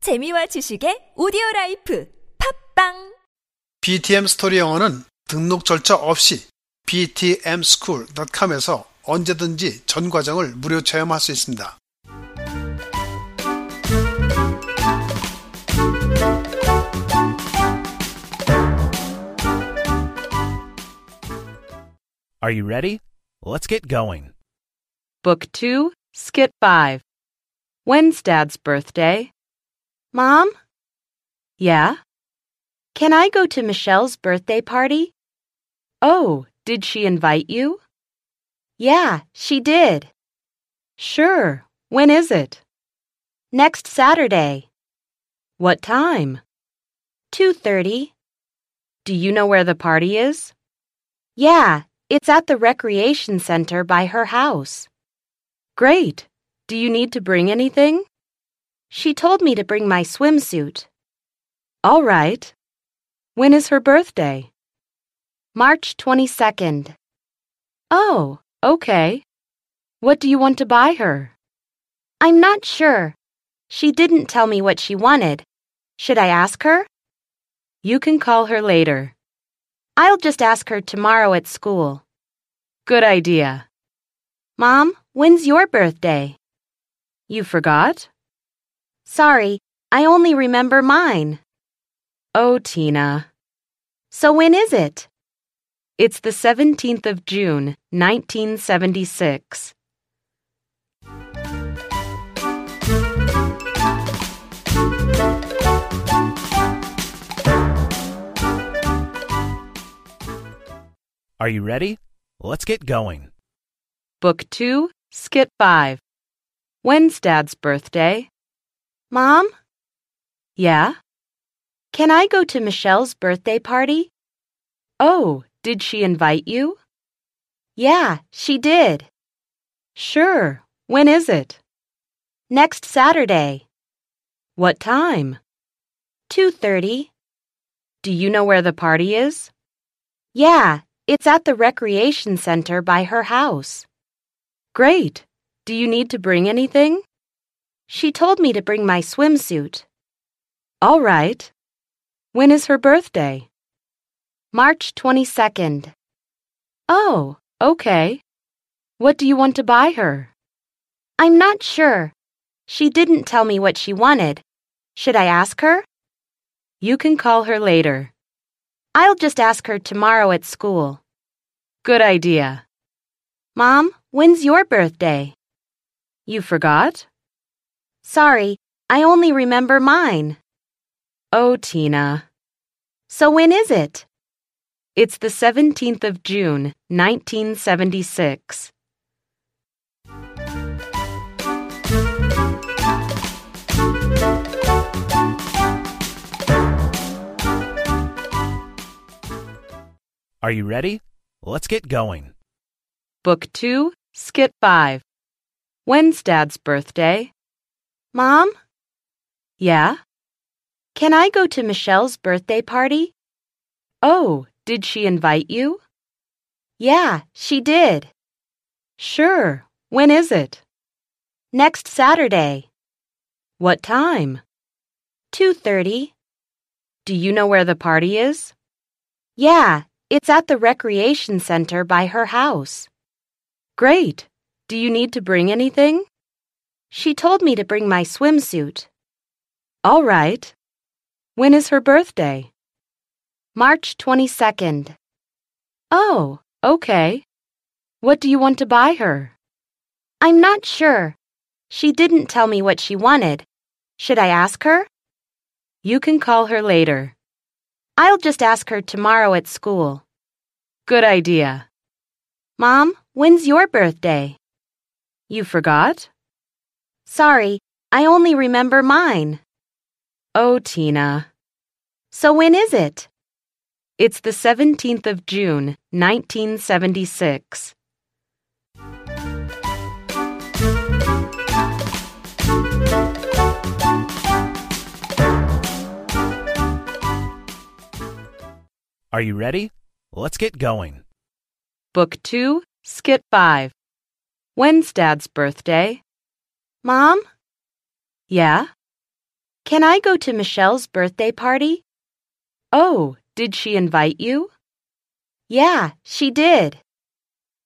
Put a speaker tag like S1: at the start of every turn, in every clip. S1: 재미와 지식의 오디오 라이프 팝빵
S2: BTM 스토리 영어는 등록 절차 없이 btmschool.com에서 언제든지 전 과정을 무료 체험할 수 있습니다.
S3: Are you ready? Let's get going.
S4: Book 2, Skit 5. When's Dad's birthday?
S5: Mom,
S4: Yeah?
S5: can I go to Michelle's birthday party?
S4: Oh, did she invite you?
S5: Yeah, she did.
S4: Sure. When is it?
S5: Next Saturday,
S4: What time?
S5: 2:30.
S4: Do you know where the party is?
S5: Yeah, it's at the recreation center by her house.
S4: Great. Do you need to bring anything?
S5: She told me to bring my swimsuit,
S4: All right. When is her birthday?
S5: March 22nd.
S4: Oh, okay. What do you want to buy her?
S5: I'm not sure. She didn't tell me what she wanted. Should I ask her?
S4: You can call her later.
S5: I'll just ask her tomorrow at school.
S4: Good idea.
S5: Mom, when's your birthday?
S4: You forgot?
S5: Sorry, I only remember mine.
S4: Oh, Tina.
S5: So when is it?
S4: It's the 17th of June, 1976.
S3: Are you ready? Let's get going.
S4: Book 2, Skit 5. When's Dad's birthday?
S5: Mom,
S4: Yeah?
S5: can I go to Michelle's birthday party?
S4: Oh, did she invite you?
S5: Yeah, she did.
S4: Sure. When is it?
S5: Next Saturday,
S4: What time?
S5: 2:30.
S4: Do you know where the party is?
S5: Yeah, it's at the recreation center by her house.
S4: Great. Do you need to bring anything?
S5: She told me to bring my swimsuit,
S4: All right. When is her birthday?
S5: March 22nd.
S4: Oh, okay. What do you want to buy her?
S5: I'm not sure. She didn't tell me what she wanted. Should I ask her?
S4: You can call her later.
S5: I'll just ask her tomorrow at school.
S4: Good idea.
S5: Mom, when's your birthday?
S4: You forgot?
S5: Sorry, I only remember mine.
S4: Oh, Tina.
S5: So when is it?
S4: It's the 17th of June, 1976.
S3: Are you ready? Let's get going.
S4: Book 2, Skit 5. When's Dad's birthday?
S5: Mom,
S4: Yeah?
S5: can I go to Michelle's birthday party?
S4: Oh, did she invite you?
S5: Yeah, she did.
S4: Sure. When is it?
S5: Next Saturday,
S4: What time?
S5: 2:30.
S4: Do you know where the party is?
S5: Yeah, it's at the recreation center by her house.
S4: Great. Do you need to bring anything?
S5: She told me to bring my swimsuit,
S4: All right. When is her birthday?
S5: March 22nd.
S4: Oh, okay. What do you want to buy her?
S5: I'm not sure. She didn't tell me what she wanted. Should I ask her?
S4: You can call her later.
S5: I'll just ask her tomorrow at school.
S4: Good idea.
S5: Mom, when's your birthday?
S4: You forgot?
S5: Sorry, I only remember mine.
S4: Oh, Tina.
S5: So when is it?
S4: It's the 17th of June, 1976.
S3: Are you ready? Let's get going.
S4: Book 2, Skit 5. When's Dad's birthday?
S5: Mom,
S4: Yeah?
S5: Can I go to Michelle's birthday party?
S4: Oh, did she invite you?
S5: Yeah, she did.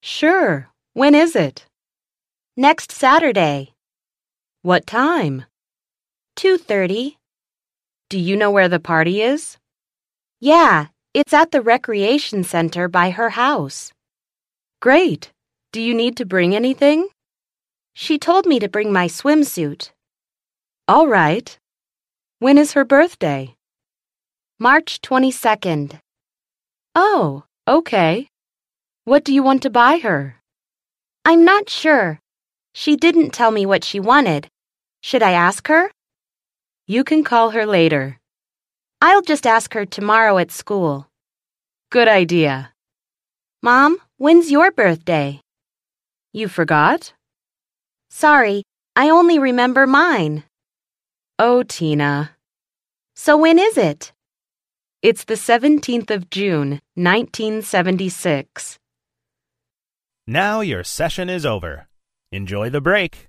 S4: Sure. When is it?
S5: Next Saturday,
S4: What time?
S5: 2:30.
S4: Do you know where the party is?
S5: Yeah, it's at the recreation center by her house.
S4: Great. Do you need to bring anything?
S5: She told me to bring my swimsuit.
S4: All right. When is her birthday?
S5: March 22nd.
S4: Oh, okay. What do you want to buy her?
S5: I'm not sure. She didn't tell me what she wanted. Should I ask her?
S4: You can call her later.
S5: I'll just ask her tomorrow at school.
S4: Good idea.
S5: Mom, when's your birthday?
S4: You forgot?
S5: Sorry, I only remember mine.
S4: Oh, Tina.
S5: So when is it?
S4: It's the 17th of June, 1976.
S3: Now your session is over. Enjoy the break.